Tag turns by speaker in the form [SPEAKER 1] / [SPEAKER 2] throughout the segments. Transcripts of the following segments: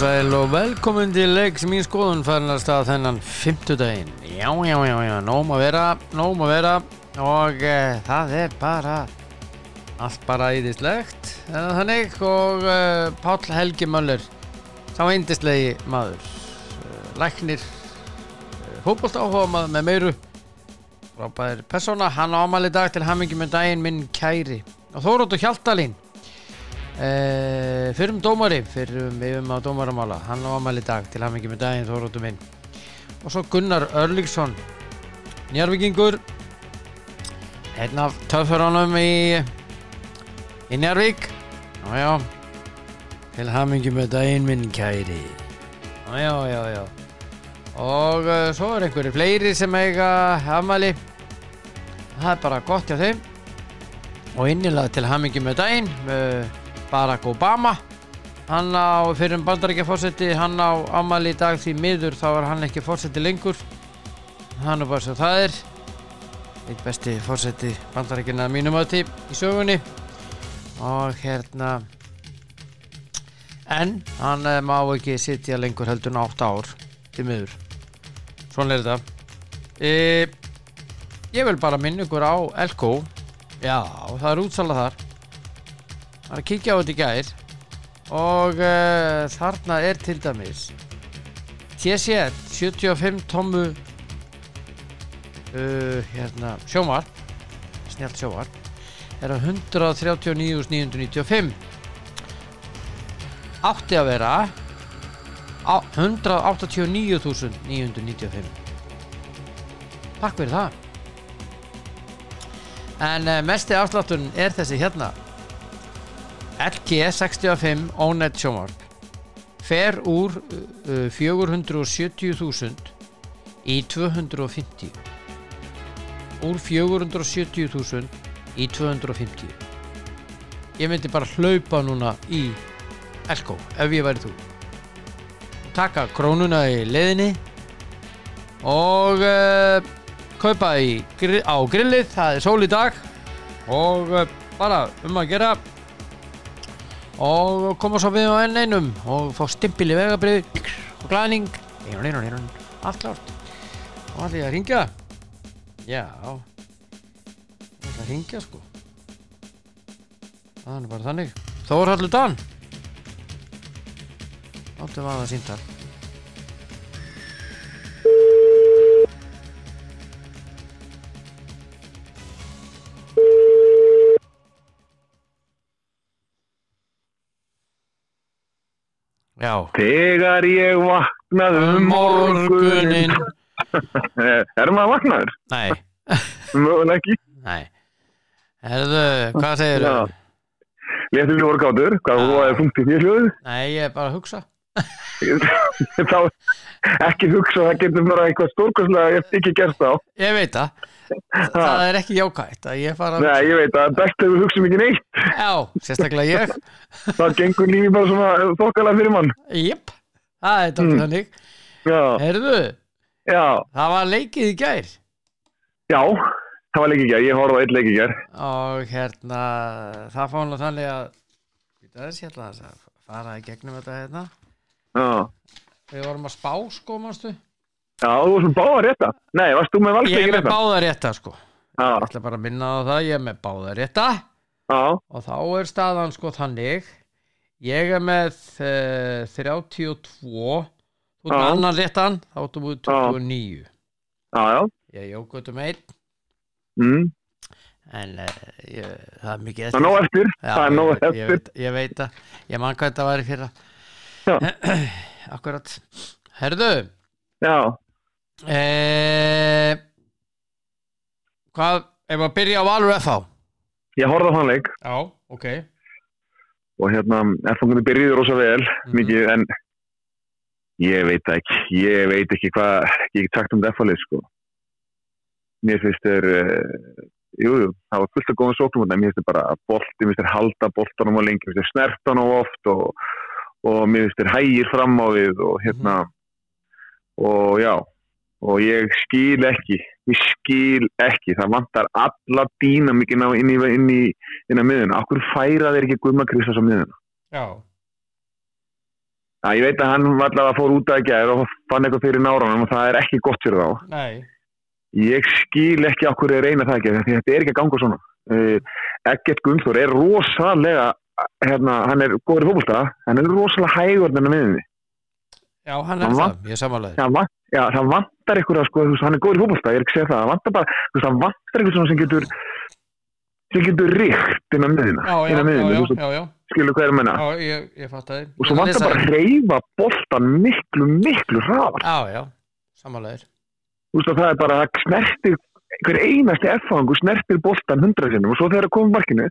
[SPEAKER 1] sæl eh, og velkomin til leiks mín skoðun farin að staða þennan 50 daginn. Já, já, já, já, nóm að vera, nóm að vera og e, það er bara allt bara íðislegt eða þannig og e, Páll Helgi Möller sá eindislegi maður e, læknir e, fótbolt áhuga maður með meiru frábæðir persóna, hann ámali dag til hamingi með daginn minn kæri og Þóróttu Hjaltalín Uh, fyrrum dómari fyrrum yfum á dómaramála hann á amal í dag til hafingi með daginn Þóróttu minn og svo Gunnar Örlíksson njárvikingur einn af töfðuránum í í njárvík já já til hafingi með daginn minn kæri já já já, já. og uh, svo er einhverju fleiri sem eiga amali það er bara gott hjá þeim og innilega til hamingi með daginn eh, Barack Obama hann á fyrir um bandarækja fórseti hann á ammali í dag því miður þá er hann ekki fórseti lengur hann er bara svo það er eitt besti fórseti bandarækina mínum aðti í sögunni og hérna en hann eh, má ekki sitja lengur heldur en 8 ár því miður svona er þetta e, ég vil bara minna ykkur á Elko Já, það er útsala þar Það er að kíkja á þetta í gær Og uh, þarna er til dæmis TCL 75 tommu uh, hérna, sjómar snjált sjómar er að 139.995 átti að vera á- 189.995 Takk fyrir það En uh, mesti afslátturinn er þessi hérna LG 65 Onet sjónvarp fer úr uh, 470.000 í 250 úr 470.000 í 250 ég myndi bara hlaupa núna í Elko ef ég væri þú taka krónuna í leiðinni og uh, kaupa í, gri- á grillið, það er sól í dag og uh, bara um að gera og koma svo við á enn einum og fá stimpil í vegabrið og glæning einun, einun, einun, allt klárt og allir að ringja já allir að ringja sko það er nú bara þannig Þórhaldur Dan áttum að það síntal já
[SPEAKER 2] Þegar ég vaknað um morgunin Eh, Er maður vaknaður?
[SPEAKER 1] nei
[SPEAKER 2] Mögulega ekki
[SPEAKER 1] Nei Herðu, hvað segir
[SPEAKER 2] Já.
[SPEAKER 1] þú?
[SPEAKER 2] Léttum við voru gátur,
[SPEAKER 1] Ah.
[SPEAKER 2] hvað þú er punkt í því hljóðu
[SPEAKER 1] Nei, ég er bara að hugsa
[SPEAKER 2] Þá ekki hugsa, það getur bara eitthvað stórkoslega Ég hef ekki gert þá
[SPEAKER 1] Ég veit það, það er ekki jákvægt að ég fara að
[SPEAKER 2] Nei, ég veit að best ef við hugsa mikið neitt
[SPEAKER 1] Já, sérstaklega ég
[SPEAKER 2] Þá gengur lífi bara svona þokkalega fyrir mann
[SPEAKER 1] Jep, það er tótt þannig
[SPEAKER 2] Já,
[SPEAKER 1] Herðu,
[SPEAKER 2] já,
[SPEAKER 1] það var leikið í gær
[SPEAKER 2] já Það var leikingjar, ég horfði á eitt leikingjar
[SPEAKER 1] og hérna það fór nú þannig að Býta þess, ég ætla aðeins að fara í gegnum þetta hérna
[SPEAKER 2] Já,
[SPEAKER 1] Við vorum að spá sko, manstu
[SPEAKER 2] já þú varst með báða rétta Nei, varst þú með
[SPEAKER 1] Ég
[SPEAKER 2] valstegin
[SPEAKER 1] er með
[SPEAKER 2] rétta?
[SPEAKER 1] báða rétta sko Ég
[SPEAKER 2] Já,
[SPEAKER 1] ætla bara að minna á það, ég er með báða rétta
[SPEAKER 2] já,
[SPEAKER 1] og þá er staðan sko þannig ég er með uh, 32 þú ert með
[SPEAKER 2] Já.
[SPEAKER 1] annan réttan, þá ertu búið 29
[SPEAKER 2] já, já
[SPEAKER 1] ég jók út um einn
[SPEAKER 2] mm.
[SPEAKER 1] en uh, ég, það er mikið
[SPEAKER 2] Það er nóg eftir,
[SPEAKER 1] Já,
[SPEAKER 2] það er nóg
[SPEAKER 1] ég, ég,
[SPEAKER 2] eftir
[SPEAKER 1] veit, ég veit að ég man hvað þetta var í fyrra akkurat herðu
[SPEAKER 2] Já,
[SPEAKER 1] eh, hvað, ef að byrja á Valur FH
[SPEAKER 2] ég horfði á þann leik
[SPEAKER 1] já, ok
[SPEAKER 2] og hérna, erfangunni byrjuði rosa vel
[SPEAKER 1] Mhm.
[SPEAKER 2] Mm-hmm. mikið, en ég veit það ekki, ég veit ekki hvað ég get sagt um defalið, sko mér finnst þér uh, jú, jú, það var fullt að góða sóknum en mér finnst þér bara bolti, mér finnst þér halda boltanum á lengi, mér finnst þér snertan á oft og, og mér finnst þér hægir fram á við og hérna og já, og ég skil ekki, ég skil ekki það vantar alla dýna mikið inn í, inn í, inn á miðuna okkur færa þeir ekki Guðma Kristjáns á miðuna
[SPEAKER 1] já,
[SPEAKER 2] að ég veit að hann var allavega fór út að gæða og fann eitthvað fyrir náranum og það er ekki gott fyrir þá
[SPEAKER 1] Nei,
[SPEAKER 2] ég skil ekki á hverju þeir reyna það ekki því þetta er ekki að ganga svona uh, Egert Gunnþór er rosalega hérna, hann er góður í fólkvölda hann er rosalega hægur þarna miðinni
[SPEAKER 1] já, hann er
[SPEAKER 2] Hann
[SPEAKER 1] það,
[SPEAKER 2] var-
[SPEAKER 1] ég samanlega
[SPEAKER 2] það, vant, já, það vantar ykkur að sko, þú veist, hann er góður í fólkvölda, ég er ekki að segja það það vantar, bara, þú veist, það vantar ykkur svona sem getur sem getur ríkt innan miðina
[SPEAKER 1] Já, já,
[SPEAKER 2] innan
[SPEAKER 1] já, já,
[SPEAKER 2] miðina, þú veist,
[SPEAKER 1] já, já,
[SPEAKER 2] skilur hvað er að menna
[SPEAKER 1] já, ég, ég fatt að
[SPEAKER 2] og svo vantar bara að reyfa boltan miklu, miklu hraðar
[SPEAKER 1] Já, já, samanlega
[SPEAKER 2] þú veist að það er bara að snertir hver einasti F-fangu snertir boltan hundra sinnum og svo þegar það komið markinu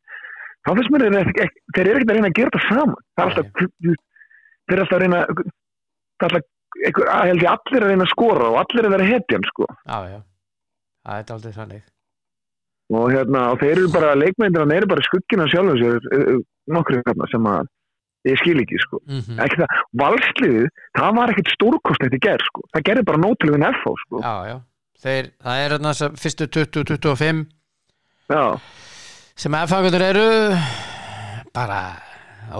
[SPEAKER 2] þá finnst mér þeir eru ekki, ekki- þeir eru ekkert að reyna að gera þetta saman það er alltaf þú veist, þeir eru alltaf að reyna það er alltaf einhver, að held ég allir að reyna að skora og allir að vera hetjan sko
[SPEAKER 1] Já, já, það er aldrei þannig
[SPEAKER 2] og hérna og þeir eru bara leikmyndir hann eru bara skuggina sjálfum sér ö, ö, nokkrir hérna sem að ég skil ekki sko
[SPEAKER 1] mm -hmm.
[SPEAKER 2] ekki það, valsliðið, það var ekkert stórkostnætt í gerð sko, það gerði bara nótil við F-fá sko,
[SPEAKER 1] Já, já, þeir, það er þarna sem fyrstu 20-25
[SPEAKER 2] já,
[SPEAKER 1] sem aðfangundur eru bara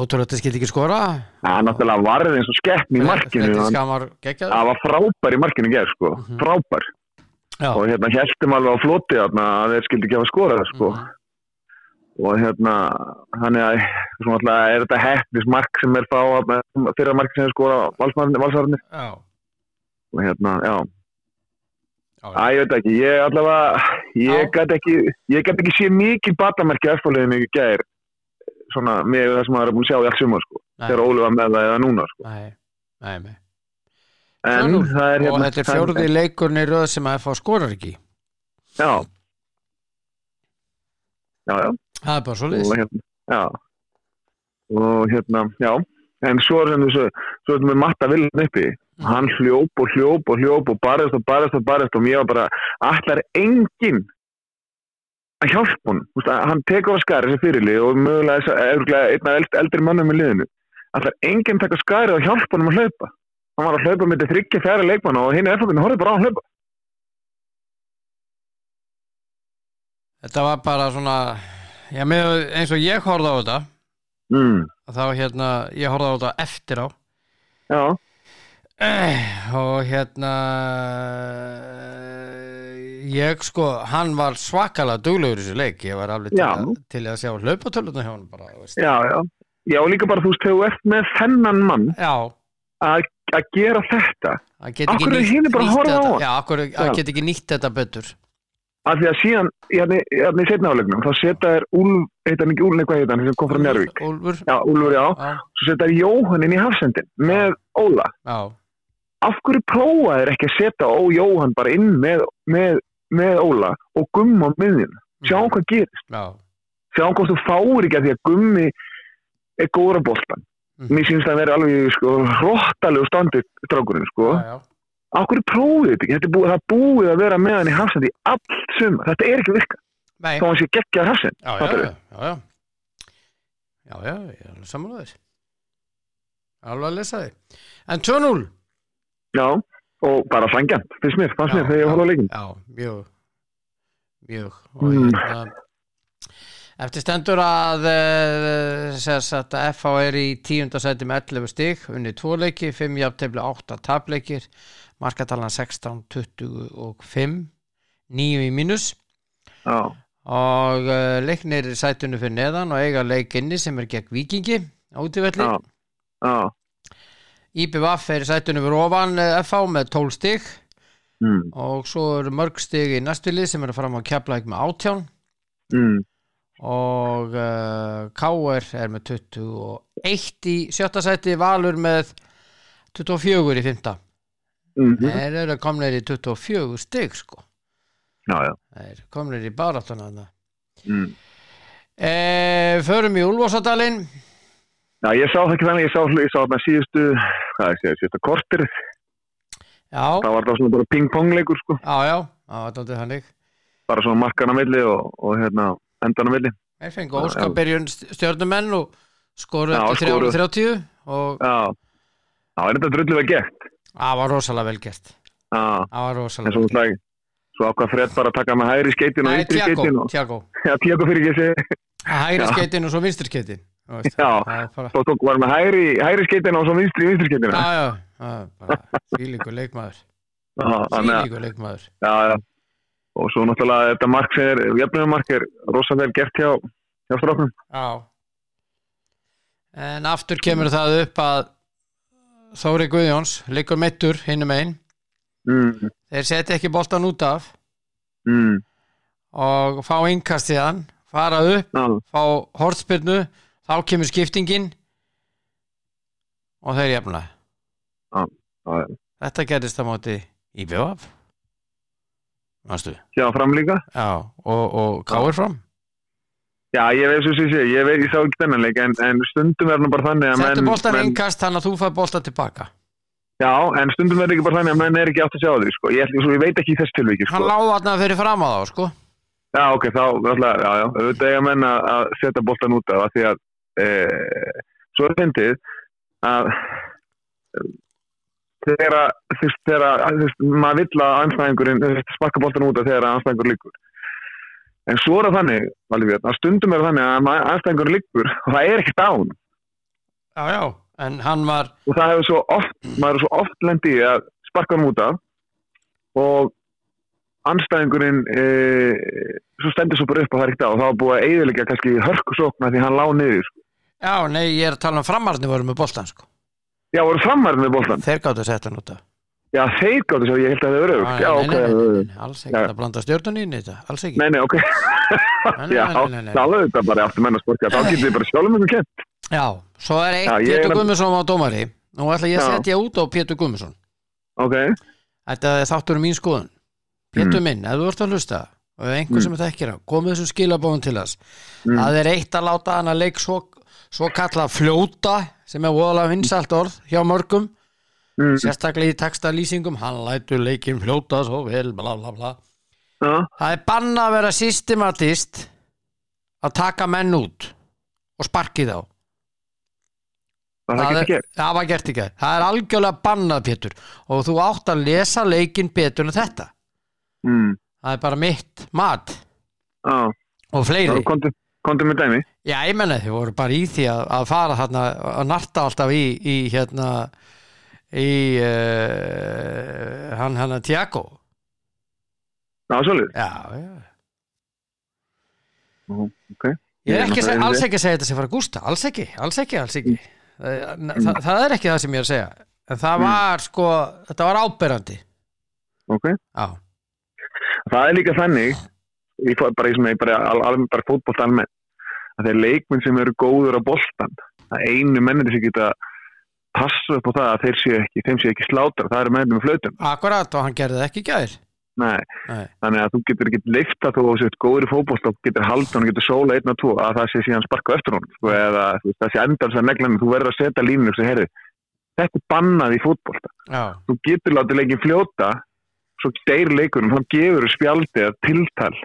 [SPEAKER 1] ótrúlega þetta skildi ekki skora
[SPEAKER 2] það náttúrulega varði eins og skeppn í markinu,
[SPEAKER 1] Þetta
[SPEAKER 2] hann
[SPEAKER 1] skamar geggjað
[SPEAKER 2] það var frábær í markinu gerð sko,
[SPEAKER 1] Mhm.
[SPEAKER 2] frábær
[SPEAKER 1] Já,
[SPEAKER 2] og hérna heldum alveg á floti þarna að þeir skildi ekki hafa skorað sko
[SPEAKER 1] Mhm.
[SPEAKER 2] og hérna hann er svona alltaf, er þetta hefnis mark sem er fá þarna, fyrra mark sem er skorað valsarðinni
[SPEAKER 1] já,
[SPEAKER 2] og hérna, já,
[SPEAKER 1] já,
[SPEAKER 2] að ég veit ekki ég allavega, ég
[SPEAKER 1] Já.
[SPEAKER 2] gæti ekki ég gæti ekki sé mikið batamerki aðstofleginu í gær svona með það sem maður er búin að sjá í allt sumar sko
[SPEAKER 1] Nei.
[SPEAKER 2] þegar Óli var með það eða núna sko
[SPEAKER 1] Nei, nei, nei.
[SPEAKER 2] en
[SPEAKER 1] 4-0.
[SPEAKER 2] það er hérna
[SPEAKER 1] og þetta er fjórði leikurinn í röð sem að fá skorar ekki
[SPEAKER 2] já já, já
[SPEAKER 1] það er bara svo
[SPEAKER 2] og hérna, já og hérna, já en svo er sem þessu, svo er þetta með Matta Viljan uppi, hann hljóp og hljóp og hljóp og barðist og barðist og barðist og mér var bara, allar engin að hjálpa hún Vist, hann tekur á skari sem fyrirlið og mögulega þess að örugglega einn af eld, eldri mannum í liðinu allar enginn tekur skari og hjálpa honum að hlaupa hann var að hlaupa með þetta þryggja fjara leikmanna og hinn er eftir horfði bara á hann hlaupa
[SPEAKER 1] þetta var bara svona já, með, eins og ég horfði á þetta
[SPEAKER 2] mm.
[SPEAKER 1] þá hérna, ég horfði á þetta eftir á
[SPEAKER 2] já,
[SPEAKER 1] Eh, og hérna ég sko, hann var svakalega duglegur í þessu leik, ég var alveg til,
[SPEAKER 2] Já.
[SPEAKER 1] að, til að sjá hlaupatöluna hjá hann bara, þú veist.
[SPEAKER 2] já, já já, og líka bara þú veist, þegar þú ert með þennan mann
[SPEAKER 1] já,
[SPEAKER 2] að, að gera þetta
[SPEAKER 1] hann get ekki
[SPEAKER 2] Af hverju
[SPEAKER 1] nýtt,
[SPEAKER 2] hinir bara
[SPEAKER 1] nýtt
[SPEAKER 2] horfa á
[SPEAKER 1] þetta
[SPEAKER 2] hann?
[SPEAKER 1] já, akkur, hann
[SPEAKER 2] Já.
[SPEAKER 1] get ekki nýtt þetta betur
[SPEAKER 2] af því að síðan, hérna hérna í setna álegnum þá setja þær Úlf, heita hann ekki Úlf eitthvað heita hann sem kom frá Njárvík
[SPEAKER 1] Úlfur,
[SPEAKER 2] já, Úlfur já,
[SPEAKER 1] já,
[SPEAKER 2] svo setja þær Jóhann inn í hafsendin með Óla
[SPEAKER 1] já
[SPEAKER 2] af hverju prófa þær ekki að setja Ó Jóhann bara inn með, með, með Óla og gumma á miðjun sjá
[SPEAKER 1] Mhm.
[SPEAKER 2] hvað gerist,
[SPEAKER 1] já,
[SPEAKER 2] sjá hvað þú fáir ekki af því að gummi er góður á boltan
[SPEAKER 1] Mhm.
[SPEAKER 2] mér syns það að vera alveg sko, róttalegu standið strákurinn sko.
[SPEAKER 1] já, já,
[SPEAKER 2] af hverju prófið þetta ekki, þetta er búið, það er búið að vera með hann í hafsendi allt sumar, þetta er ekki að virka
[SPEAKER 1] Nei,
[SPEAKER 2] þá
[SPEAKER 1] já,
[SPEAKER 2] hann sé geggjað hafsend
[SPEAKER 1] já, já,
[SPEAKER 2] fattarðu?
[SPEAKER 1] já, já já, já, ég er alveg sammála þér alveg að lesa þig en 2-0
[SPEAKER 2] já, og bara sangjant, finnst mér, fannst
[SPEAKER 1] Já,
[SPEAKER 2] mér þegar
[SPEAKER 1] já.
[SPEAKER 2] ég horfði á leikin
[SPEAKER 1] já, mjög mjög og
[SPEAKER 2] Mm.
[SPEAKER 1] hérna Eftir stendur að eh, sérst að FH er í tíundasæti með 11 stig, unni 2 leiki 5 jafntefli, 8 tapleikir markatalan 16, 25 9 í mínus
[SPEAKER 2] já,
[SPEAKER 1] og uh, leiknir í sætinu fyrir neðan og eiga leikinni sem er gegn vikingi á útivelli.
[SPEAKER 2] já, já
[SPEAKER 1] IBVF er í sætinu fyrir ofan eh, FH með 12 stig
[SPEAKER 2] mm,
[SPEAKER 1] og svo eru mörg stig í næstvilið sem eru fram á keflæk með 18
[SPEAKER 2] mm,
[SPEAKER 1] og uh, KR er með 21 í sjötta sæti, Valur með 24 í fymta.
[SPEAKER 2] mm,
[SPEAKER 1] Þeir eru komnir í 24 stig sko.
[SPEAKER 2] já, já
[SPEAKER 1] Þeir eru komnir í baráttuna þarna.
[SPEAKER 2] mm.
[SPEAKER 1] E, förum í Úlfarsadalinn.
[SPEAKER 2] já, ég sá það ekki þannig, ég sá, ég sá það síðustu hvað ég segja, síðustu kortir
[SPEAKER 1] Já,
[SPEAKER 2] það var það svona bara ping-pong leikur sko,
[SPEAKER 1] já, já, það var daldið hannig.
[SPEAKER 2] bara svona markan á milli og, og hérna, endan á milli
[SPEAKER 1] Þeir
[SPEAKER 2] Já,
[SPEAKER 1] fengu
[SPEAKER 2] já.
[SPEAKER 1] óskapirjun stjórnumenn og skoru
[SPEAKER 2] Já,
[SPEAKER 1] eftir 3
[SPEAKER 2] skoruðu.
[SPEAKER 1] 30 og
[SPEAKER 2] já, já, er þetta drullu að gett
[SPEAKER 1] það var rosalega vel gert.
[SPEAKER 2] já,
[SPEAKER 1] Það var
[SPEAKER 2] en
[SPEAKER 1] rosalega
[SPEAKER 2] svo
[SPEAKER 1] vel gert.
[SPEAKER 2] slag svo ákvað Fred bara að taka með hægri skeitin og
[SPEAKER 1] Nei,
[SPEAKER 2] ytri skeitin
[SPEAKER 1] Tiago,
[SPEAKER 2] og
[SPEAKER 1] Tiago.
[SPEAKER 2] já, Tiago fyrir ekki þessi
[SPEAKER 1] Hægri
[SPEAKER 2] Já.
[SPEAKER 1] skeitin og svo vinstri skeitin. Þú veist,
[SPEAKER 2] Já.
[SPEAKER 1] það er bara-
[SPEAKER 2] Svo tók var með hægri, hægri skeitina og svo vinstri, vinstri skeitina.
[SPEAKER 1] Já, já, það er bara sílíku leikmaður
[SPEAKER 2] Já, þannig að-
[SPEAKER 1] Sílíku leikmaður
[SPEAKER 2] já, já. Og svo náttúrulega þetta mark sem er, jafnumark er rosalega vel gert hjá, hjá stráknum.
[SPEAKER 1] Já En aftur kemur það upp að Þóri Guðjóns liggur meittur hinnum einn
[SPEAKER 2] Mm,
[SPEAKER 1] þeir setja ekki boltan út af
[SPEAKER 2] mm,
[SPEAKER 1] og fá innkast í hann fara upp,
[SPEAKER 2] já,
[SPEAKER 1] fá hortspyrnu þá kemur skiptingin og þeir jafna
[SPEAKER 2] Já, já.
[SPEAKER 1] Þetta gerist á móti í BVF Manstu?
[SPEAKER 2] hjá fram líka.
[SPEAKER 1] Já, og, og káir fram
[SPEAKER 2] Já, ég veit svo sem ég sé, ég veit, ég sá ekki þennan leik, en, en stundum er nú bara þannig að
[SPEAKER 1] Settu boltan
[SPEAKER 2] menn,
[SPEAKER 1] innkast þannig að þú fær boltan tilbaka
[SPEAKER 2] já, en stundum er ekki bara þannig að menn er ekki átt að sjá því, sko. Ég, ætla- svo, ég veit ekki í þess tilviki, sko.
[SPEAKER 1] Hann láði þarna fyrir fram á þá, sko
[SPEAKER 2] Já, ok, þá, alltaf, já, já, auðvitað eiga menn að, að setja boltan út af, af því að, e, svo er fyndið að eh, þegar að, þú veist, þegar að, þú veist, maður vill að anstæðingurinn, þú veist, sparka boltan út af þegar að anstæðingur liggur. En svo er það þannig, Valvíð, að stundum er það þannig að ma- anstæðingur liggur og það er ekkert án.
[SPEAKER 1] Já, já, en hann var
[SPEAKER 2] og það hefur svo oft, maður er svo oft lendið í að sparka hann út af og anstæðingurinn e, svo stendur svo bara upp og það er ekkert á og það var búið að eiðilegja kannski hörkusókna því hann lág niður sko.
[SPEAKER 1] Já, nei, ég er að tala um framarni voru með boltan, sko
[SPEAKER 2] Já, voru framarinn með boltan?
[SPEAKER 1] Þeir gáttu að setja hann út af
[SPEAKER 2] Já, þeir gáttu svo, ég held að það eru öfugt. Já,
[SPEAKER 1] nei,
[SPEAKER 2] ok.
[SPEAKER 1] nei, nei,
[SPEAKER 2] Nei,
[SPEAKER 1] nei, nei, alls ekki
[SPEAKER 2] Já.
[SPEAKER 1] að blanda stjórnunni inn í þetta, alls ekki
[SPEAKER 2] nei, nei, ok.
[SPEAKER 1] nei,
[SPEAKER 2] Já,
[SPEAKER 1] nei, nei, nei.
[SPEAKER 2] það er þetta bara aftur menn að sporka. Þá getur þið bara sjálfum ykkur kent.
[SPEAKER 1] Já, svo er eitt
[SPEAKER 2] Já, ég er
[SPEAKER 1] Pétur
[SPEAKER 2] að-
[SPEAKER 1] Gummisson á dómari Nú ætla ég að
[SPEAKER 2] Já.
[SPEAKER 1] setja út á Pétur Gummisson
[SPEAKER 2] Ok,
[SPEAKER 1] Þetta er þáttur um mín skoðun
[SPEAKER 2] Mm.
[SPEAKER 1] Pétur minn, ef þú ert að hlusta og ef einhver sem þetta ekki rá, komið þessum skilabóðum til þess
[SPEAKER 2] Mm.
[SPEAKER 1] það er eitt að láta hann að leik svo, svo kalla fljóta sem er voðalega vinsalt orð hjá mörgum
[SPEAKER 2] mm,
[SPEAKER 1] sérstaklega í textalýsingum hann lætur leikin fljóta svo vel bla bla bla
[SPEAKER 2] já,
[SPEAKER 1] Það er banna að vera systematist að taka menn út og sparki þá.
[SPEAKER 2] það getur
[SPEAKER 1] er,
[SPEAKER 2] gert.
[SPEAKER 1] það var gert ekki. Það er algjörlega bannað, Pétur. Og þú átt að lesa leikinn betur en þetta.
[SPEAKER 2] Mm,
[SPEAKER 1] Það er bara mitt mat
[SPEAKER 2] já,
[SPEAKER 1] og
[SPEAKER 2] þá
[SPEAKER 1] fleiri.
[SPEAKER 2] komdu- komdu með dæmi.
[SPEAKER 1] Já, ég menna þið voru bara í því að, að fara þarna að narta alltaf í, í hérna í uh, hann hann að Tiago.
[SPEAKER 2] Já, svolítið.
[SPEAKER 1] Já, já.
[SPEAKER 2] Ok.
[SPEAKER 1] Ég er
[SPEAKER 2] Ég
[SPEAKER 1] ekki,
[SPEAKER 2] er
[SPEAKER 1] að
[SPEAKER 2] náttúrulega
[SPEAKER 1] segja- alls
[SPEAKER 2] yfir.
[SPEAKER 1] ekki að segja þetta sem fara að gústa, alls ekki, alls ekki, alls ekki. Það, það, það er ekki það sem ég er að segja. En það
[SPEAKER 2] Mm.
[SPEAKER 1] var sko, þetta var áberandi.
[SPEAKER 2] Ok.
[SPEAKER 1] Já,
[SPEAKER 2] það er líka þannig ég fór bara í svona, ég bara, al, al, bara fótbolt almennt, að þeir leikmenn sem eru góður á boltan, að einu mennir sem geta passa upp á það að þeir séu ekki, þeim séu ekki slátar það eru mennir með flautum,
[SPEAKER 1] akkurat og hann gerði það ekki gæðir.
[SPEAKER 2] nei,
[SPEAKER 1] Nei,
[SPEAKER 2] þannig að þú getur ekki leifta þú og sett góður í fótbolt og getur haldan og getur sóla einn og tvo að það sé síðan sparka á eftir hún, sko, eða þú veist, það sé endans að neglanum, þú verður að setja línu og segja, herri, þetta er bannað í fótbolta
[SPEAKER 1] já,
[SPEAKER 2] þú getur látið leikin fljóta svo deyr leikunum, þá gefur spjaldið eða tiltal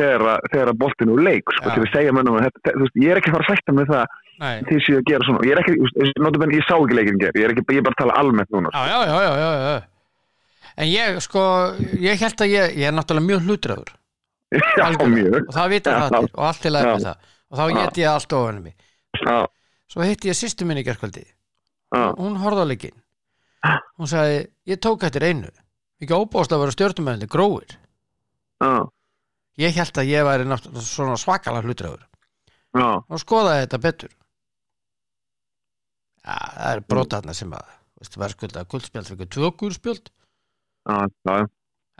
[SPEAKER 2] þegar, að- þegar að boltin er úr leik sko,
[SPEAKER 1] Já.
[SPEAKER 2] til að segja mönnum að þetta, þetta- þú veist, ég er ekki að fara að sætta með það
[SPEAKER 1] nei,
[SPEAKER 2] því séu að gera svona ég, er ekki, þú veist, notabenn, ég sá ekki leikin gera, ég er ekki ég er bara að tala almennt núna sko.
[SPEAKER 1] já, já, já, já, já, já. En ég sko, ég held að ég, ég er náttúrulega mjög hlutræður.
[SPEAKER 2] já,
[SPEAKER 1] algjörlega,
[SPEAKER 2] mjög
[SPEAKER 1] Og það vita
[SPEAKER 2] Já,
[SPEAKER 1] það allir og allt í lagi með
[SPEAKER 2] Já.
[SPEAKER 1] það. Og þá get ég allt ofanum mig.
[SPEAKER 2] já,
[SPEAKER 1] Svo hitti ég sýstu minni gerkvöldi.
[SPEAKER 2] já,
[SPEAKER 1] hún horfði á leikinn hún sagði, ég tók eftir einu ekki óbóðst að vera stjórnumöðinni gróir
[SPEAKER 2] já,
[SPEAKER 1] ég held að ég væri náttúrulega svona svakalega hlutraður
[SPEAKER 2] já,
[SPEAKER 1] og skoðaði þetta betur ja, það er brotarna sem að veistu, var skuldað guldspjöld fyrir tvögur spjöld
[SPEAKER 2] já, já.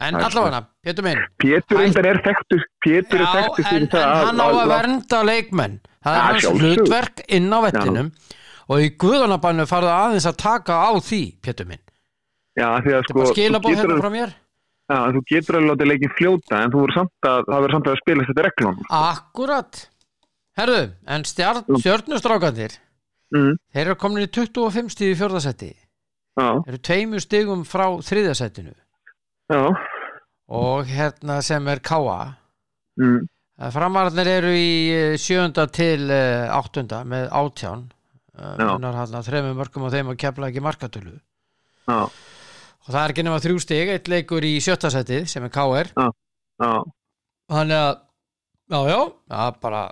[SPEAKER 1] en
[SPEAKER 2] Það er
[SPEAKER 1] allavega, Pétur minn
[SPEAKER 2] Pétur
[SPEAKER 1] Æ.
[SPEAKER 2] reyndar er þekktur Pétur er
[SPEAKER 1] já,
[SPEAKER 2] þekktur
[SPEAKER 1] en,
[SPEAKER 2] fyrir
[SPEAKER 1] en
[SPEAKER 2] það
[SPEAKER 1] hann á að vernda leikmenn það
[SPEAKER 2] Já,
[SPEAKER 1] er hans
[SPEAKER 2] sjálfsögðu.
[SPEAKER 1] hlutverk inn á vettinum og í guðunabannu farðu aðeins að taka á því Pétur minn,
[SPEAKER 2] já, því að
[SPEAKER 1] þetta er
[SPEAKER 2] sko,
[SPEAKER 1] bara
[SPEAKER 2] þú
[SPEAKER 1] skilabóð
[SPEAKER 2] getur,
[SPEAKER 1] hérna
[SPEAKER 2] alveg-
[SPEAKER 1] frá mér
[SPEAKER 2] já, þú getur alveg látið leikin fljóta en þú verður samt að, það verður samt að spila þetta reglum
[SPEAKER 1] Akkurat Herðu, en stjarn, stjörnustrákandir
[SPEAKER 2] mm,
[SPEAKER 1] þeir eru komin í 25 stíð í fjörðasetti
[SPEAKER 2] já,
[SPEAKER 1] eru tveimur stigum frá þriðasettinu
[SPEAKER 2] já
[SPEAKER 1] og hérna sem er Káa
[SPEAKER 2] mm.
[SPEAKER 1] framararnir eru í sjönda til eh, áttunda með átján Eh,
[SPEAKER 2] Já.
[SPEAKER 1] munar hann að þreimur mörgum og þeim að kepla ekki markatölu og
[SPEAKER 2] Já,
[SPEAKER 1] það er ekki nema þrjú stig, eitt leikur í sjötta settið sem er KR
[SPEAKER 2] já,
[SPEAKER 1] þannig að, já já, það er bara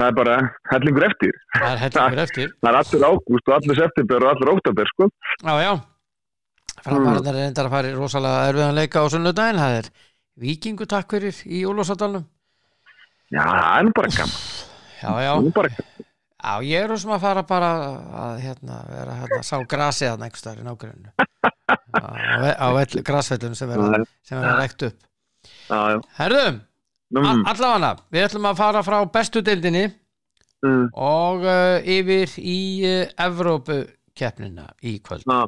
[SPEAKER 2] það er bara hellingur eftir.
[SPEAKER 1] það er hellingur eftir
[SPEAKER 2] Það er allur ágúst og allur september og allur óttabér, sko.
[SPEAKER 1] Já, já. Framarðar er reyndar að fara í rosalega erfiðan leika á sunnudaginn. Það er vikingu takk fyrir í Úlfarsadalum.
[SPEAKER 2] Já, það er nú bara gaman.
[SPEAKER 1] Já, já.
[SPEAKER 2] Það er nú bara gaman.
[SPEAKER 1] Já, ég er sem að fara bara að hérna, vera hérna, sá grasið að nægst þar í nágrunnu. á ve- á vell, grasvellum sem
[SPEAKER 2] Mm.
[SPEAKER 1] verða sem verða rekt upp.
[SPEAKER 2] Já, já.
[SPEAKER 1] Herðum, Ah.
[SPEAKER 2] Mm,
[SPEAKER 1] allafana, við ætlum að fara frá bestu deildinni
[SPEAKER 2] mm,
[SPEAKER 1] og uh, yfir í uh, Evrópu keppnina í kvöld.
[SPEAKER 2] já.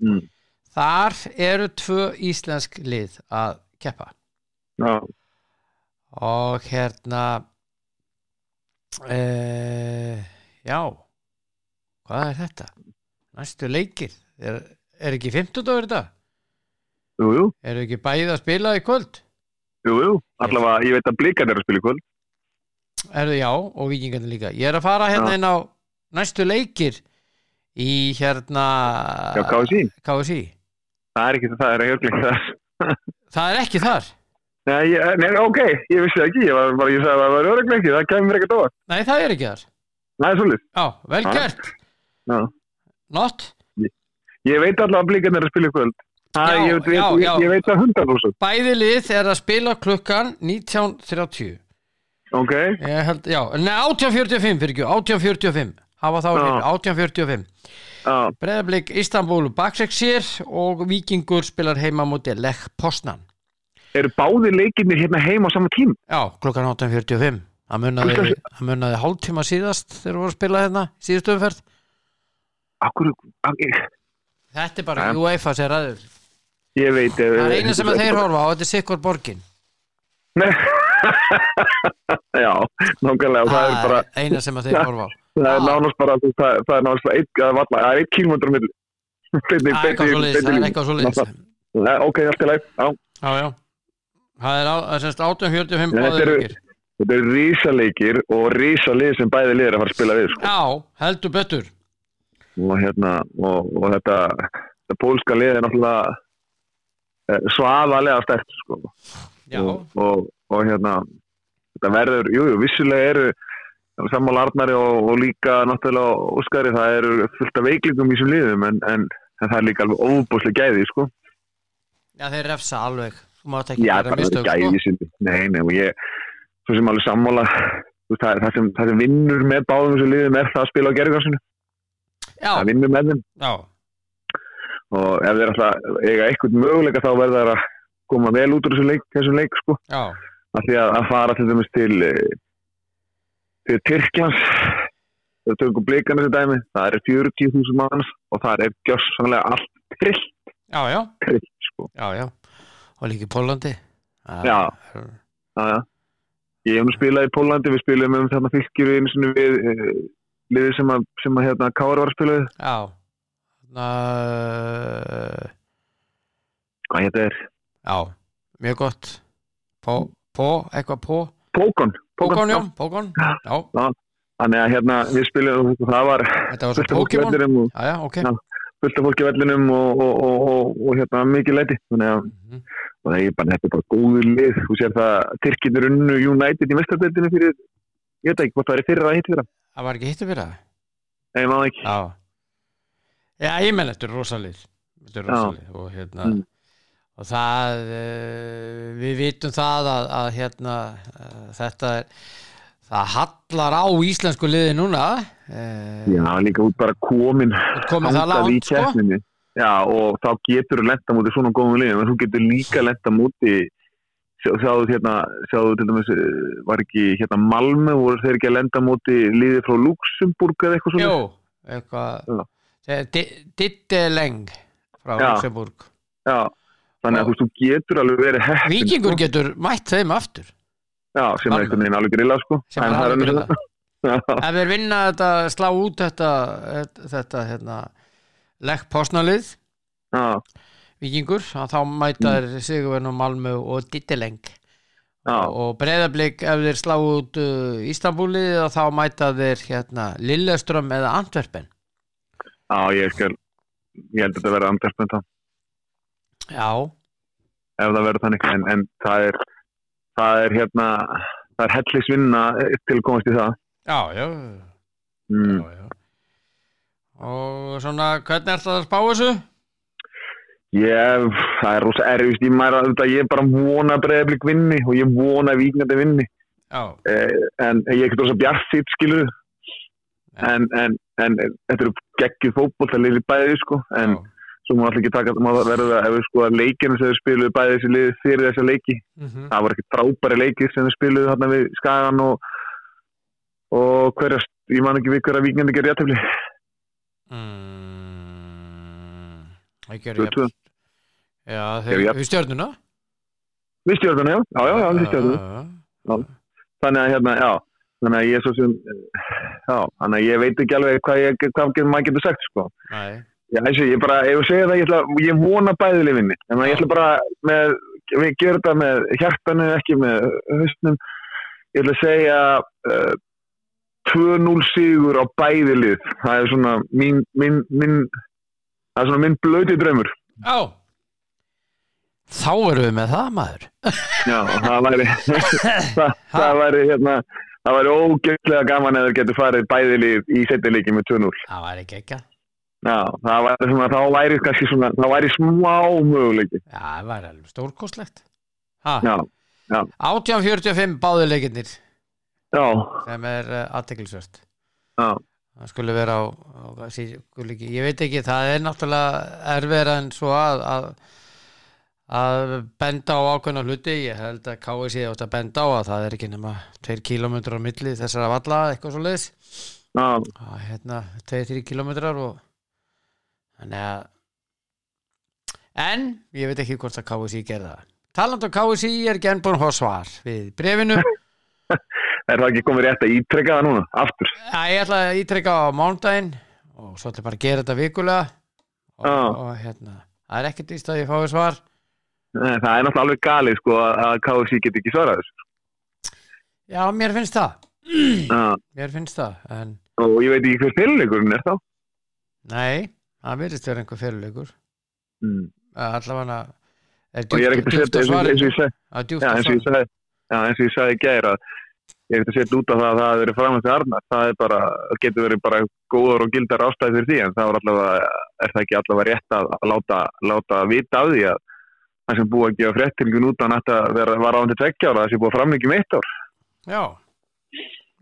[SPEAKER 2] Mm,
[SPEAKER 1] Þar eru tvö íslensk lið að keppa.
[SPEAKER 2] já.
[SPEAKER 1] og hérna e, já hvað er þetta næstu leikir er, er ekki 15 dagur þetta
[SPEAKER 2] Jú, jú,
[SPEAKER 1] eru ekki bæðið að spila í kvöld
[SPEAKER 2] jú, jú. Allavega, ég veit að blikarnir eru að spila í kvöld.
[SPEAKER 1] eru já og vikingarnir líka ég er að fara hérna
[SPEAKER 2] Já.
[SPEAKER 1] inn á næstu leikir í hérna
[SPEAKER 2] Já, KSI.
[SPEAKER 1] KSI
[SPEAKER 2] Það er ekki það, það er ekki það.
[SPEAKER 1] það er ekki þar
[SPEAKER 2] Nei, ég, nei, ok, ég vissi það ekki, ég var bara, ég sagði að það var öruglega ekki, það kemur mér ekkert á.
[SPEAKER 1] nei það er ekki þar
[SPEAKER 2] Það er svolítið.
[SPEAKER 1] já vel
[SPEAKER 2] Já.
[SPEAKER 1] gert
[SPEAKER 2] Já.
[SPEAKER 1] not
[SPEAKER 2] Ég veit allavega að blikarnir eru að spila í kvöld. Það,
[SPEAKER 1] Já,
[SPEAKER 2] ég, veit-
[SPEAKER 1] já,
[SPEAKER 2] ég,
[SPEAKER 1] já.
[SPEAKER 2] ég, ég veit það hundar húsum.
[SPEAKER 1] bæði lið er að spila klukkan 19.30
[SPEAKER 2] Ok,
[SPEAKER 1] Ég held, já, nei, 1845 fyrir ekki, 1845 hafa þá,
[SPEAKER 2] Já.
[SPEAKER 1] 1845
[SPEAKER 2] já,
[SPEAKER 1] Breiðablik Istanbul Baksexir og Víkingur spilar heima múti Lech Poznan
[SPEAKER 2] eru báði leikinnir hérna heima á sama tím?
[SPEAKER 1] já, klukkan 1845 það munnaði,
[SPEAKER 2] Klukkan-
[SPEAKER 1] það munnaði hálftíma síðast þegar voru að spila hérna, síðustu umferð
[SPEAKER 2] Akkur, ak, ég,
[SPEAKER 1] þetta er bara
[SPEAKER 2] Já.
[SPEAKER 1] UEFA sér aður
[SPEAKER 2] ég veit.
[SPEAKER 1] það er eina sem að þeir horfa á, þetta er Sikkur Borgin
[SPEAKER 2] Já, nákvæmlega, það er bara,
[SPEAKER 1] er eina sem að þeir horfa á
[SPEAKER 2] það er
[SPEAKER 1] Já.
[SPEAKER 2] nánast bara, þú- það, það er nánast bara eitt, það er valla, það er eitt kílmöndur á milli. Beinni-
[SPEAKER 1] það er eitthvað
[SPEAKER 2] beinni-
[SPEAKER 1] svo leiðis, það
[SPEAKER 2] beinni-
[SPEAKER 1] er eitthvað svo leiðis
[SPEAKER 2] Nei, Ok, allt í læg, já.
[SPEAKER 1] já, já það er á, það er semst 1845
[SPEAKER 2] Þetta
[SPEAKER 1] báðir
[SPEAKER 2] eru-
[SPEAKER 1] leikir.
[SPEAKER 2] Þetta eru rísaleikir og rísalið sem bæði liðir að fara að spila við, sko.
[SPEAKER 1] já, heldur betur
[SPEAKER 2] og hérna og, og þetta, þetta pólska lið er náttúrulega eh, svaðalega stert sko.
[SPEAKER 1] já,
[SPEAKER 2] og, og, og hérna þetta verður, jújú, jú, vissulega eru sammála Arnari og, og líka náttúrulega Óskari, það eru fullt af veiklingum í þessum liðum en, en, en það er líka alveg óbúslega gæði sko.
[SPEAKER 1] Já, þeir refsa alveg. Þú mátt ekki
[SPEAKER 2] Já,
[SPEAKER 1] gera
[SPEAKER 2] bara
[SPEAKER 1] mistök,
[SPEAKER 2] gæði
[SPEAKER 1] sko.
[SPEAKER 2] sinni Nei, nei, og ég svo sem alveg sammála þú veist, það, það, sem, það sem vinnur með báðum þessum liðum er það að spila á gerðgarsinu,
[SPEAKER 1] Já,
[SPEAKER 2] það vinnur með þeim
[SPEAKER 1] já,
[SPEAKER 2] og ef þeir alltaf eiga eitthvað möguleika þá verða þeir að koma vel út úr þessum leik, þessum leik sko.
[SPEAKER 1] já,
[SPEAKER 2] af því að, að fara til dæmis til eh, til Tyrklands þau tökum blikana þessu dæmi það eru 40.000 manns og það er gjörsamlega allt trill,
[SPEAKER 1] já, já,
[SPEAKER 2] trill sko.
[SPEAKER 1] já, já. Og líka í Pólandi. Ah,
[SPEAKER 2] Já. það, ég hef nú spilað í Pólandi við spilum um þarna fylgjur einu sinni við eh, liðið sem að, sem að hérna, Kára var að spila við
[SPEAKER 1] Já. Ná,
[SPEAKER 2] hvað hérna er?
[SPEAKER 1] já, mjög gott. Pó, pó, eitthvað pó.
[SPEAKER 2] Pókon
[SPEAKER 1] Pókon, já, pókon. Já,
[SPEAKER 2] þannig að hérna við spilum það var
[SPEAKER 1] þetta var svo Pókimon.
[SPEAKER 2] vellinum og
[SPEAKER 1] Já, já, ok.
[SPEAKER 2] Já. fullt af fólki á vellinum og, og, og, og, og hérna mikið læti þannig að
[SPEAKER 1] Mhm.
[SPEAKER 2] og það er bara, þetta er bara góður lið þú sér það, Tyrkinur unnu United í mestadeldinu fyrir, ég veit ekki hvort það er fyrir að hitt fyrir,
[SPEAKER 1] Það var ekki hittu fyrir það.
[SPEAKER 2] nei maður ekki
[SPEAKER 1] Já. Já, ég menn, þetta er rosalið. Þetta er
[SPEAKER 2] Já.
[SPEAKER 1] rosalið og hérna
[SPEAKER 2] Mm.
[SPEAKER 1] og það uh, við vitum það að, að hérna uh, þetta er það hallar á íslensku liði núna uh,
[SPEAKER 2] já, líka út bara komin
[SPEAKER 1] komið það
[SPEAKER 2] þangað í
[SPEAKER 1] langt sko
[SPEAKER 2] keppninni. já, og þá getur þú lenta mútið svona góðum liðum en þú getur líka lenta mútið sjáðu hérna, sjáðu til dæmis eh, var ekki hérna Malmö voru þeir ekki að lenda mútið liðið frá Luxemburg eða eitthvað svona
[SPEAKER 1] Jó, eitthvað
[SPEAKER 2] Já.
[SPEAKER 1] Eh, Di- Ditteleng frá
[SPEAKER 2] Já.
[SPEAKER 1] Luxemburg
[SPEAKER 2] já, þannig að þú veist, þú getur alveg verið heppin
[SPEAKER 1] Víkingur getur mætt þeim aftur
[SPEAKER 2] Já, sem er
[SPEAKER 1] Varmur.
[SPEAKER 2] einhvern veginn alveg grilla sko.
[SPEAKER 1] sem
[SPEAKER 2] En
[SPEAKER 1] er
[SPEAKER 2] það
[SPEAKER 1] alveg grilla
[SPEAKER 2] önnur- Já,
[SPEAKER 1] ef við vinna þetta, slá út þetta þetta hérna legg posnalið
[SPEAKER 2] já,
[SPEAKER 1] vikingur, að þá mæta mm. Sigurvinn og Malmö og Ditteleng
[SPEAKER 2] já,
[SPEAKER 1] og breyðablík ef þeir slá út uh, Ístanbúli þá mæta þeir hérna Lilleström eða Antwerpen
[SPEAKER 2] já, ég skal ég held að þetta verða andjarpönd ef
[SPEAKER 1] já,
[SPEAKER 2] það verður þannig, en, en það er það er hérna það er hellisvinna til að komast í það
[SPEAKER 1] já, já,
[SPEAKER 2] Mm.
[SPEAKER 1] já, já. Og svona, hvernig ert að spá þessu?
[SPEAKER 2] Ég, það er rosa erfist, ég, maður, þetta, ég bara vona breyðablík vinni og ég vona víknandi vinni.
[SPEAKER 1] Já,
[SPEAKER 2] Eh, en ég er ekkert rosa bjart sitt, skilur
[SPEAKER 1] Já.
[SPEAKER 2] En, en, en þetta eru geggið fótból, það liðir bæðið, sko. En
[SPEAKER 1] já.
[SPEAKER 2] svo má alltaf ekki taka, maður verður að, ef við sko að leikinu sem þau spiluðu bæðið þessi liðið fyrir þessa leiki,
[SPEAKER 1] Mhm.
[SPEAKER 2] það voru ekkert frábæri leikir sem þau spiluðu þarna við Skagan og, og hverja, ég man ekki við hverja víknandi gerði jættefli.
[SPEAKER 1] Mm. Það gerði
[SPEAKER 2] Tvö, tvö.
[SPEAKER 1] ég Já,
[SPEAKER 2] Gerðu
[SPEAKER 1] þegar
[SPEAKER 2] jafn.
[SPEAKER 1] við stjörnuna
[SPEAKER 2] Við stjórnum, já, já, já, já, við stjórnum.
[SPEAKER 1] já
[SPEAKER 2] þannig að hérna, já þannig að ég er svo sem já, þannig að ég veit ekki alveg hvað, ég, hvað get, maður getur sagt sko
[SPEAKER 1] Nei,
[SPEAKER 2] já, eins og ég bara, ef ég segja það, ég, ætla, ég vona bæðileg vinni, en ég ætla bara með, við gerum þetta með hjartanu ekki með höstnum ég ætla að segja uh, 2-0 sigur á bæðilið það er svona mín, mín, mín það er svona minn blöti draumur
[SPEAKER 1] já Þá erum við með það maður
[SPEAKER 2] já, það væri það, það væri hérna það væri ógeðslega gaman eða getur farið bæðilið í setnileiki með 2-0
[SPEAKER 1] Það væri ekki ekki
[SPEAKER 2] Já, það væri svona, þá væri kannski svona, þá væri smá möguleiki.
[SPEAKER 1] Já, það væri alveg stórkostlegt Ha,
[SPEAKER 2] Já,
[SPEAKER 1] 1845 báðuleikinnir
[SPEAKER 2] já,
[SPEAKER 1] sem er uh, aðteklisvört
[SPEAKER 2] já,
[SPEAKER 1] það skulle vera á, á hvað sé- skuli ekki, ég veit ekki, það er náttúrulega erfiðra en svo að, að að benda á ákveðna hluti ég held að KSI sé átt að benda á að það er ekki nema 2 km á milli þessara valla eitthvað svo leiðis
[SPEAKER 2] já,
[SPEAKER 1] hérna 2-3 km og þannig að en ég veit ekki hvort að KSI gerða það taland á KSI er ekki enn búin að fá svar við brefinu
[SPEAKER 2] er það ekki komið rétt að ítreka það núna, aftur?
[SPEAKER 1] Já, ég ætla að ítrekka á mándaginn og svo ætla ég bara að gera þetta vikulega og,
[SPEAKER 2] Já.
[SPEAKER 1] og hérna, það er ekkert íst að ég fái svar
[SPEAKER 2] Nei, það er náttúrulega alveg galið, sko, að- að KFC geti ekki svarað þessu.
[SPEAKER 1] Já, mér finnst það,
[SPEAKER 2] Já,
[SPEAKER 1] mér finnst það en
[SPEAKER 2] og ég veit ekki hver fyrirleikurinn er þá.
[SPEAKER 1] nei, það virðist vera einhver fyrirleikur
[SPEAKER 2] Mm.
[SPEAKER 1] allavega er
[SPEAKER 2] Og ég er ekkert að
[SPEAKER 1] djúpt
[SPEAKER 2] setja,
[SPEAKER 1] á
[SPEAKER 2] eins og- eins og
[SPEAKER 1] svarinu
[SPEAKER 2] ég seg-
[SPEAKER 1] Það er djúpt
[SPEAKER 2] já,
[SPEAKER 1] á
[SPEAKER 2] eins og ég
[SPEAKER 1] svarinu.
[SPEAKER 2] sagði, já, eins og ég sagði í gæra, ég er ekkert að setja út af það að það hafi verið framhægt til Arnar. Það er bara, það getur verið bara góður og gildar ástæði fyrir því, en það er allavega, er það ekki allavega rétt að að láta, láta vita af því að það sem búið að gefa fréttilgjum út að hann ætti að vera, var á hann til tveggja ára, það sem búið að framlengjum eitt ár.
[SPEAKER 1] Já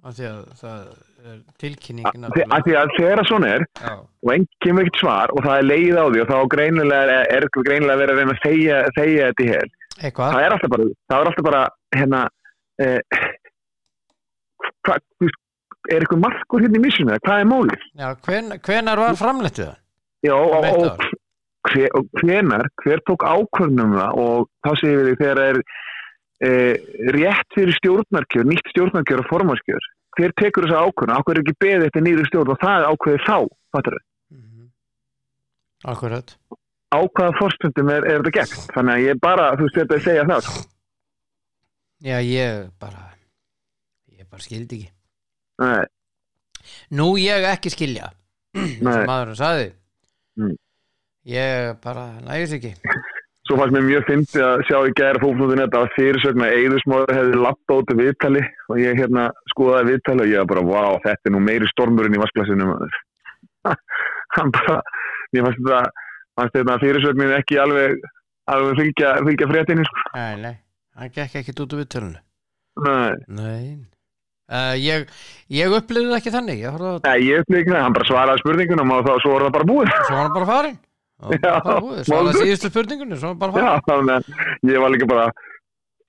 [SPEAKER 1] af því að það er tilkynningin
[SPEAKER 2] Af því- af því að þegar að svona er,
[SPEAKER 1] Já,
[SPEAKER 2] og enn kemur ekkert svar og það er leið á því og þá greinilega er, er greinilega verið að reyna að þegja, þegja þetta í hel.
[SPEAKER 1] eitthvað
[SPEAKER 2] það er alltaf bara, það er alltaf bara hérna eh, hva, þú veist, er eitthvað markur hérna í missunni eða hvað er mólið?
[SPEAKER 1] Já, hven, hvenar var framleitt við það?
[SPEAKER 2] Já, og,
[SPEAKER 1] Mitt ár.
[SPEAKER 2] og, hver, og hvenar, hver tók ákvörnum það og þá segir við því þegar það er eh, rétt fyrir stjórnarkjör, nýtt stjórnarkjör og formarskjör, hver tekur þessa ákvörnum? Akkur er ekki beðið eftir nýri stjórn og það er ákveðið þá, fattar við?
[SPEAKER 1] Mhm. Akkurat
[SPEAKER 2] Á hvaða fórstundum er, er þetta gert? Þannig að ég bara, þú veist, þetta er að segja það. sko.
[SPEAKER 1] Já, ég bara ég bara skildi ekki
[SPEAKER 2] Nei,
[SPEAKER 1] Nú ég ekki skilja eins og
[SPEAKER 2] nei.
[SPEAKER 1] maðurinn saði
[SPEAKER 2] Mm.
[SPEAKER 1] ég bara nægis ekki
[SPEAKER 2] Svo fannst mér mjög fyndið að sjá í gæra fólknóðinu að það var fyrirsögn að Eiðusmóður hefði lappa út af viðtali og ég hérna skoðaði viðtali og ég var bara, vá, þetta er nú meiri stormurinn í vasklasinu maður. Hann bara, ég fannst þetta, fannst þetta fyrirsögnin ekki alveg, alveg fylgja, fylgja fréttinni, sko.
[SPEAKER 1] Nei, nei, hann gekk ekki út úr viðtölinu
[SPEAKER 2] Nei,
[SPEAKER 1] Nei uh, Ég, ég upplýði það ekki þannig ég horfði á þetta
[SPEAKER 2] Nei, ég upplýði það, hann bara svaraði spurningunum og þá svo var það bara búið.
[SPEAKER 1] Svo var hann bara farin Svo var hann bara búið. Svo var það síðustu spurningunni Svo var hann bara farin
[SPEAKER 2] Já, þannig að ég var líka bara,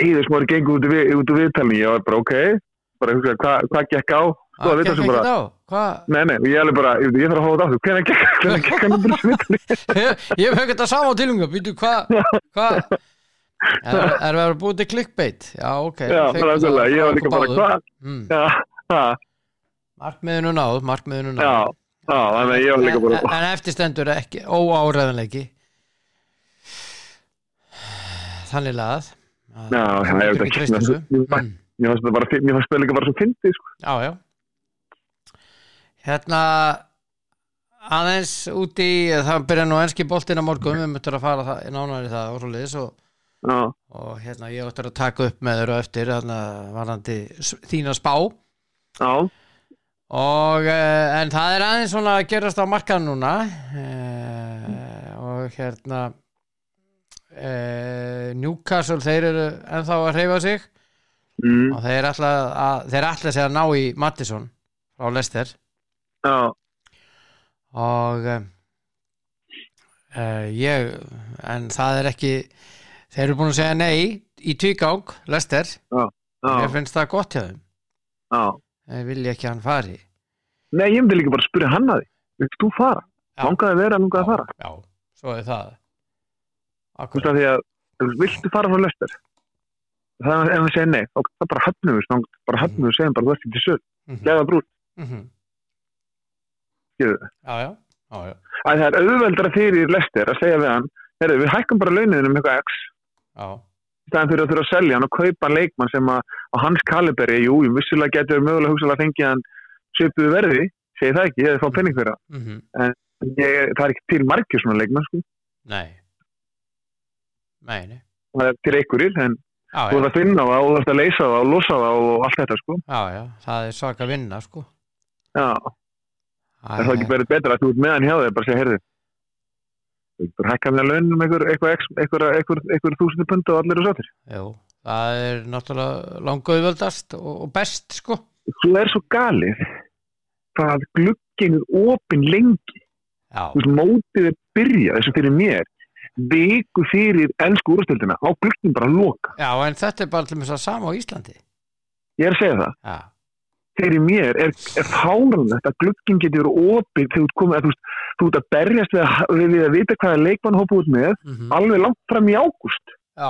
[SPEAKER 2] Eiðusmóður gengur út af við, út af viðtalinu, ég var bara, ok, bara hugsa, hvað hva gekk á? Svo
[SPEAKER 1] Hann
[SPEAKER 2] að
[SPEAKER 1] gekk
[SPEAKER 2] viðtalinu
[SPEAKER 1] ekki
[SPEAKER 2] bara,
[SPEAKER 1] þá Hvað?
[SPEAKER 2] Nei, nei, ég er alveg bara, ég, ég þarf að hóða á því, hvernig gekk, hvernig gekk hann út úr svitali?
[SPEAKER 1] Ég, ég hef þetta sama tilunga Býtu hvað hva? Er, er verið að búið til clickbait? Já, ok
[SPEAKER 2] Já,
[SPEAKER 1] Fengum
[SPEAKER 2] bara
[SPEAKER 1] það
[SPEAKER 2] alveg, ég var
[SPEAKER 1] frá okkur
[SPEAKER 2] líka bara,
[SPEAKER 1] báðum.
[SPEAKER 2] hvað?
[SPEAKER 1] Mm.
[SPEAKER 2] Já, já,
[SPEAKER 1] Markmiðinu náð, markmiðinu náð
[SPEAKER 2] já, já, þannig að ég var líka
[SPEAKER 1] En-
[SPEAKER 2] bara,
[SPEAKER 1] En eftir stendur ekki, óáræðanleiki Þannig lagað að-
[SPEAKER 2] já,
[SPEAKER 1] þú
[SPEAKER 2] já, ég
[SPEAKER 1] getur
[SPEAKER 2] veit
[SPEAKER 1] ekki
[SPEAKER 2] ekki,
[SPEAKER 1] treyst þessu.
[SPEAKER 2] mér fannst-
[SPEAKER 1] Mm,
[SPEAKER 2] mér fannst það bara, mér fannst það líka bara svo fyndið, sko.
[SPEAKER 1] Já, já Hérna aðeins úti það byrja nú enski boltinn á morgun við möttum að fara það, nánar í það og svoleiðis og,
[SPEAKER 2] Já,
[SPEAKER 1] og hérna ég áttur að taka upp með þeirra eftir hérna varandi s- þína spá
[SPEAKER 2] já,
[SPEAKER 1] og eh, en það er aðeins svona að gerast á markan núna eh, og hérna eh, Newcastle þeir eru ennþá að hreyfa sig
[SPEAKER 2] mm,
[SPEAKER 1] og þeir ætla að þeir ætla sér að ná í Mattisson frá Lester Ah.
[SPEAKER 2] já,
[SPEAKER 1] og eh, eh, ég en það er ekki þeir eru búin að segja nei í tvígang Lester, ég
[SPEAKER 2] já,
[SPEAKER 1] finnst það gott hjá þeim
[SPEAKER 2] já.
[SPEAKER 1] þeir vilja Eh, ekki að hann fari
[SPEAKER 2] Nei, ég myndi líka bara að spyrja hann að því. Vilt þú fara?
[SPEAKER 1] Já.
[SPEAKER 2] Langaði að vera, langaði að fara.
[SPEAKER 1] já, svo er það
[SPEAKER 2] Þú veist
[SPEAKER 1] Akkurat.
[SPEAKER 2] að því að, þú veist, viltu fara frá löstur? Það er ef við segja nei, ok, það bara höfnum við, snang, bara höfnum við, segjum bara þú ert ekki til sög,
[SPEAKER 1] Mhm.
[SPEAKER 2] gæða brúð,
[SPEAKER 1] Mhm.
[SPEAKER 2] skilðu.
[SPEAKER 1] já, já, já, já,
[SPEAKER 2] Æ, það er auðveldra fyrir löstur að segja við hann, herru, við hækkum bara launinum um eitthvað x,
[SPEAKER 1] já.
[SPEAKER 2] í staðan fyrir að þurfa að selja hann og kaupa leikmann sem að, á hans kaliberi, jú, jú, vissulega getur við mögulega hugsalega að fengja hann svipuðu verði, segi það ekki, ég hefði fá penning fyrir það.
[SPEAKER 1] Mm
[SPEAKER 2] Ég, það er ekki til margir svona leikmann, sko.
[SPEAKER 1] Nei Nei, nei
[SPEAKER 2] Það er til einhverjir, en
[SPEAKER 1] Já,
[SPEAKER 2] þú
[SPEAKER 1] já,
[SPEAKER 2] ert að finna það og þú ert að leysa það og losa það og allt þetta, sko.
[SPEAKER 1] já, já, það er svaka vinna sko
[SPEAKER 2] Já. Er það ekki verið betra að þú ert meðan hjá þig bara segja, heyrðu, þú getur hækkað mér launum einhver, einhver, einhver, einhver, einhver, einhver þúsundu pund og allir eru sattir.
[SPEAKER 1] Jú, það er náttúrulega langauðvöldast og, og best sko
[SPEAKER 2] Þú er svo galið hvað glugginn er opinn lengi,
[SPEAKER 1] Já,
[SPEAKER 2] þú veist, mótið er byrjað, þessu fyrir mér, viku fyrir ennsku úrstöldina, á glugginn bara að loka.
[SPEAKER 1] já en þetta er bara til þess að sama á Íslandi
[SPEAKER 2] Ég er að segja það,
[SPEAKER 1] Já,
[SPEAKER 2] fyrir mér er, er fáranlegt að glugginn getur verið opinn þegar þú ert komið, að þú veist, þú ert að berjast við að, við að vita hvaða leikmann hópa út með,
[SPEAKER 1] mhm.
[SPEAKER 2] alveg langt fram í ágúst.
[SPEAKER 1] já,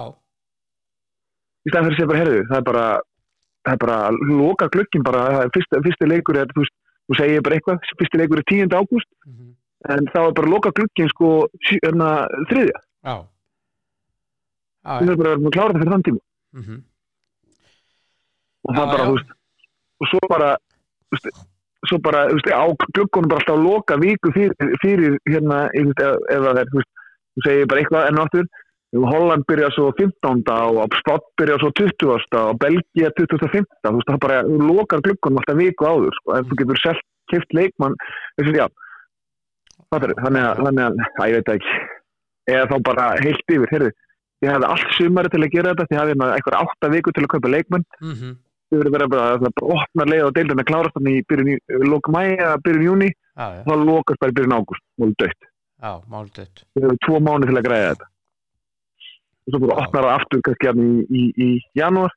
[SPEAKER 2] í staðan fyrir að segja bara, herðu, það er bara það er bara að loka glöggin bara, það er fyrsta, fyrsta leikur er, þú veist, þú segir bara eitthvað, fyrsta leikur er 10. ágúst
[SPEAKER 1] mhm.
[SPEAKER 2] en þá er bara að loka glöggin sko sjö- hérna, þriðja,
[SPEAKER 1] já Já, já,
[SPEAKER 2] þú verður bara að vera búin að klára það fyrir þann tíma
[SPEAKER 1] mhm.
[SPEAKER 2] og það
[SPEAKER 1] Já,
[SPEAKER 2] bara,
[SPEAKER 1] já.
[SPEAKER 2] þú veist, og svo bara þú veist, svo bara, þú veist, á glöggunum bara alltaf að loka viku fyrir, fyrir hérna, ég veist, ef, ef það er, þú veist þú segir bara eitthvað enn og aftur Holland byrja svo 15. og Spott byrja svo 20. og Belgia 25. Þú veist, það bara þú lokar glukkunum alltaf viku áður, sko, ef þú getur selt kipt leikmann, þessi, já það er, þannig að, þannig að, að ég veit það ekki, eða þá bara heilt yfir, heyrðu, ég hefði allt sumari til að gera þetta, því hafði hérna eitthvað átta viku til að kaupa leikmann,
[SPEAKER 1] Mhm.
[SPEAKER 2] þau verður verið bara að það bara opnar leið og deildin að klárast þannig í byrjun, í- lokum mæ eða byrjun júni,
[SPEAKER 1] já, já,
[SPEAKER 2] þá lokast bara í byrjun ágúst og það er dött.
[SPEAKER 1] já, máldöð
[SPEAKER 2] Þau hefur tvo mánu til að græða þetta. Og svo bara opnar það aftur kannski hérna í, í, í janúar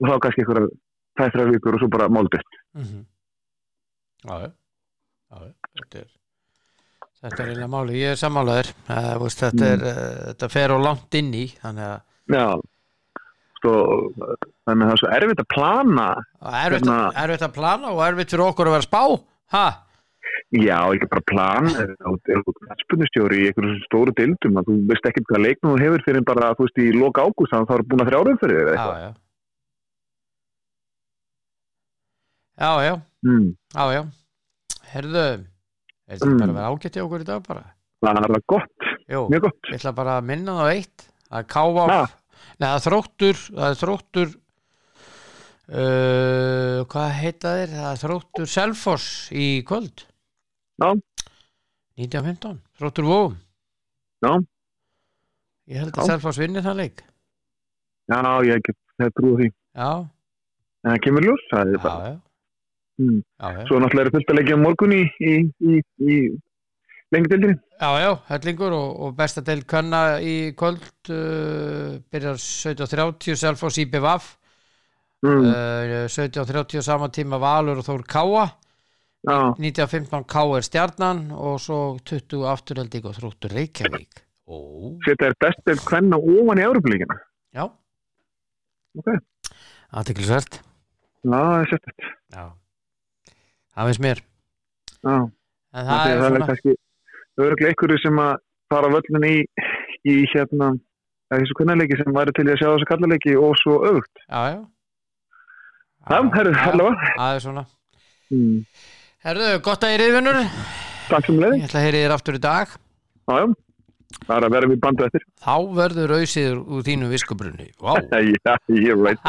[SPEAKER 2] og þá kannski eitthvað tæð þrjá vikur og svo bara mál dött.
[SPEAKER 1] Mhm. Já, já, já, já, þetta er þetta er eiginlega máli, ég er sammálaður uh, veist, þetta, er,
[SPEAKER 2] Mm.
[SPEAKER 1] uh, þetta fer á langt inn í þannig að
[SPEAKER 2] Já, svo, þannig að það er svo erfitt að plana.
[SPEAKER 1] og erfitt,
[SPEAKER 2] Hérna-
[SPEAKER 1] erfitt að plana og erfitt fyrir okkur að vera að spá ha?
[SPEAKER 2] Já, ekki bara plan, spurnustjóri í einhverjum svona stóru deildum að þú veist ekkert hvað leiknum þú hefur fyrir en bara, þú veist, í loka ágúst þannig að það er búin að þrjárum fyrir þér eða
[SPEAKER 1] já,
[SPEAKER 2] eitthvað.
[SPEAKER 1] já já, já,
[SPEAKER 2] Mm.
[SPEAKER 1] já, já herðu, er þetta
[SPEAKER 2] Mm.
[SPEAKER 1] bara að vera ágætt í okkur í dag bara
[SPEAKER 2] Það er alveg gott,
[SPEAKER 1] Jú,
[SPEAKER 2] mjög gott.
[SPEAKER 1] ég ætla bara að minna það á eitt að káfa
[SPEAKER 2] Ha.
[SPEAKER 1] Nei, það er þróttur það er þróttur uh, hvað heita þeir það er þróttur Selfoss í kvöld
[SPEAKER 2] Já.
[SPEAKER 1] 1915, þróttur Vóum
[SPEAKER 2] Já.
[SPEAKER 1] ég held
[SPEAKER 2] Já.
[SPEAKER 1] að Selfoss vinni það leik
[SPEAKER 2] Já, ég ekki, það er trúið því.
[SPEAKER 1] já,
[SPEAKER 2] En það kemur ljós, það er bara.
[SPEAKER 1] já, já.
[SPEAKER 2] Mm.
[SPEAKER 1] Já, já.
[SPEAKER 2] Svo náttúrulega eru fullt að leggja morgun í, í, í, í lengi deildinni.
[SPEAKER 1] já, já, hellingur og, og besta deil kanna í kvöld uh, byrjar 17.30 Selfoss í BVF
[SPEAKER 2] Mm.
[SPEAKER 1] uh, 17.30 sama tíma Valur og Þór Káa
[SPEAKER 2] Já,
[SPEAKER 1] 19.15 K er stjarnan og svo 20 afturhelding og þróttur Reykjavík Ó.
[SPEAKER 2] þetta er best deild hvenna ofan í Európlíkina.
[SPEAKER 1] Já,
[SPEAKER 2] Ok,
[SPEAKER 1] aðteklisvert
[SPEAKER 2] já, það er sett.
[SPEAKER 1] Já Það finnst mér
[SPEAKER 2] Já,
[SPEAKER 1] En
[SPEAKER 2] það er
[SPEAKER 1] svona
[SPEAKER 2] kannski örglega einhverju sem að fara völlin í, í hérna, eða þessu kunnarleiki sem væri til í að sjá þessu kallarleiki og svo öfugt.
[SPEAKER 1] Já, já
[SPEAKER 2] Já, herru,
[SPEAKER 1] Já,
[SPEAKER 2] allavega.
[SPEAKER 1] Það er svona
[SPEAKER 2] Mm.
[SPEAKER 1] Herðu, gott að ég reyðvinur Ég
[SPEAKER 2] Takk sem leiði.
[SPEAKER 1] ætla að heyri þér aftur í dag
[SPEAKER 2] Já, já, bara verðum við bandu eftir
[SPEAKER 1] Þá verður auðsýður úr þínu viskubrunni. Vá,
[SPEAKER 2] já, ég veit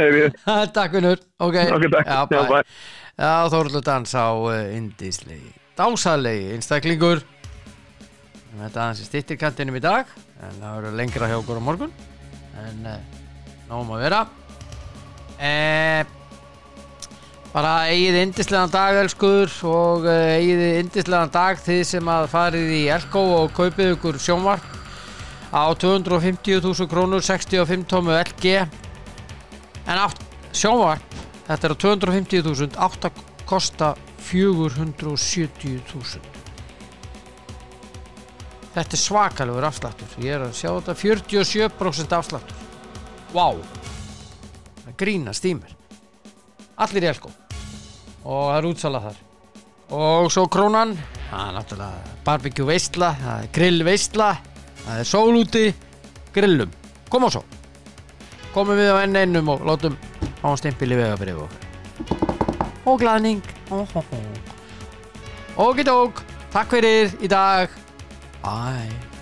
[SPEAKER 2] Heyrðu,
[SPEAKER 1] takk vinnur. Ok,
[SPEAKER 2] ok, takk,
[SPEAKER 1] Já,
[SPEAKER 2] já,
[SPEAKER 1] bæ.
[SPEAKER 2] bæ.
[SPEAKER 1] Já, Þorlur Dans á uh, indislegi, dásalegi, einstaklingur. Við Þetta aðeins í stittir kantinum í dag, en það verður lengra hjá okkur á morgun. En uh, nógum að vera. Eh, bara eigið indislegan dag, elskuður, og eh, eigið indislegan dag þið sem að farið í Elko og kaupið ykkur sjónvarp á 250.000 krónur 65 tómu LG en átt, sjónvarp þetta er á 250.000 átt að kosta 470.000 þetta er svakalegur afsláttur ég er að sjá þetta 47% afsláttur wow það grínast í mér allir í elko og það er útsala þar og svo krónan það er náttúrulega barbecue veistla það er grill veistla það er sól úti grillum kom á svo komum við á enn einnum og látum á hann stimpil í vega fyrir okkur og glæðning og getók takk fyrir í dag bye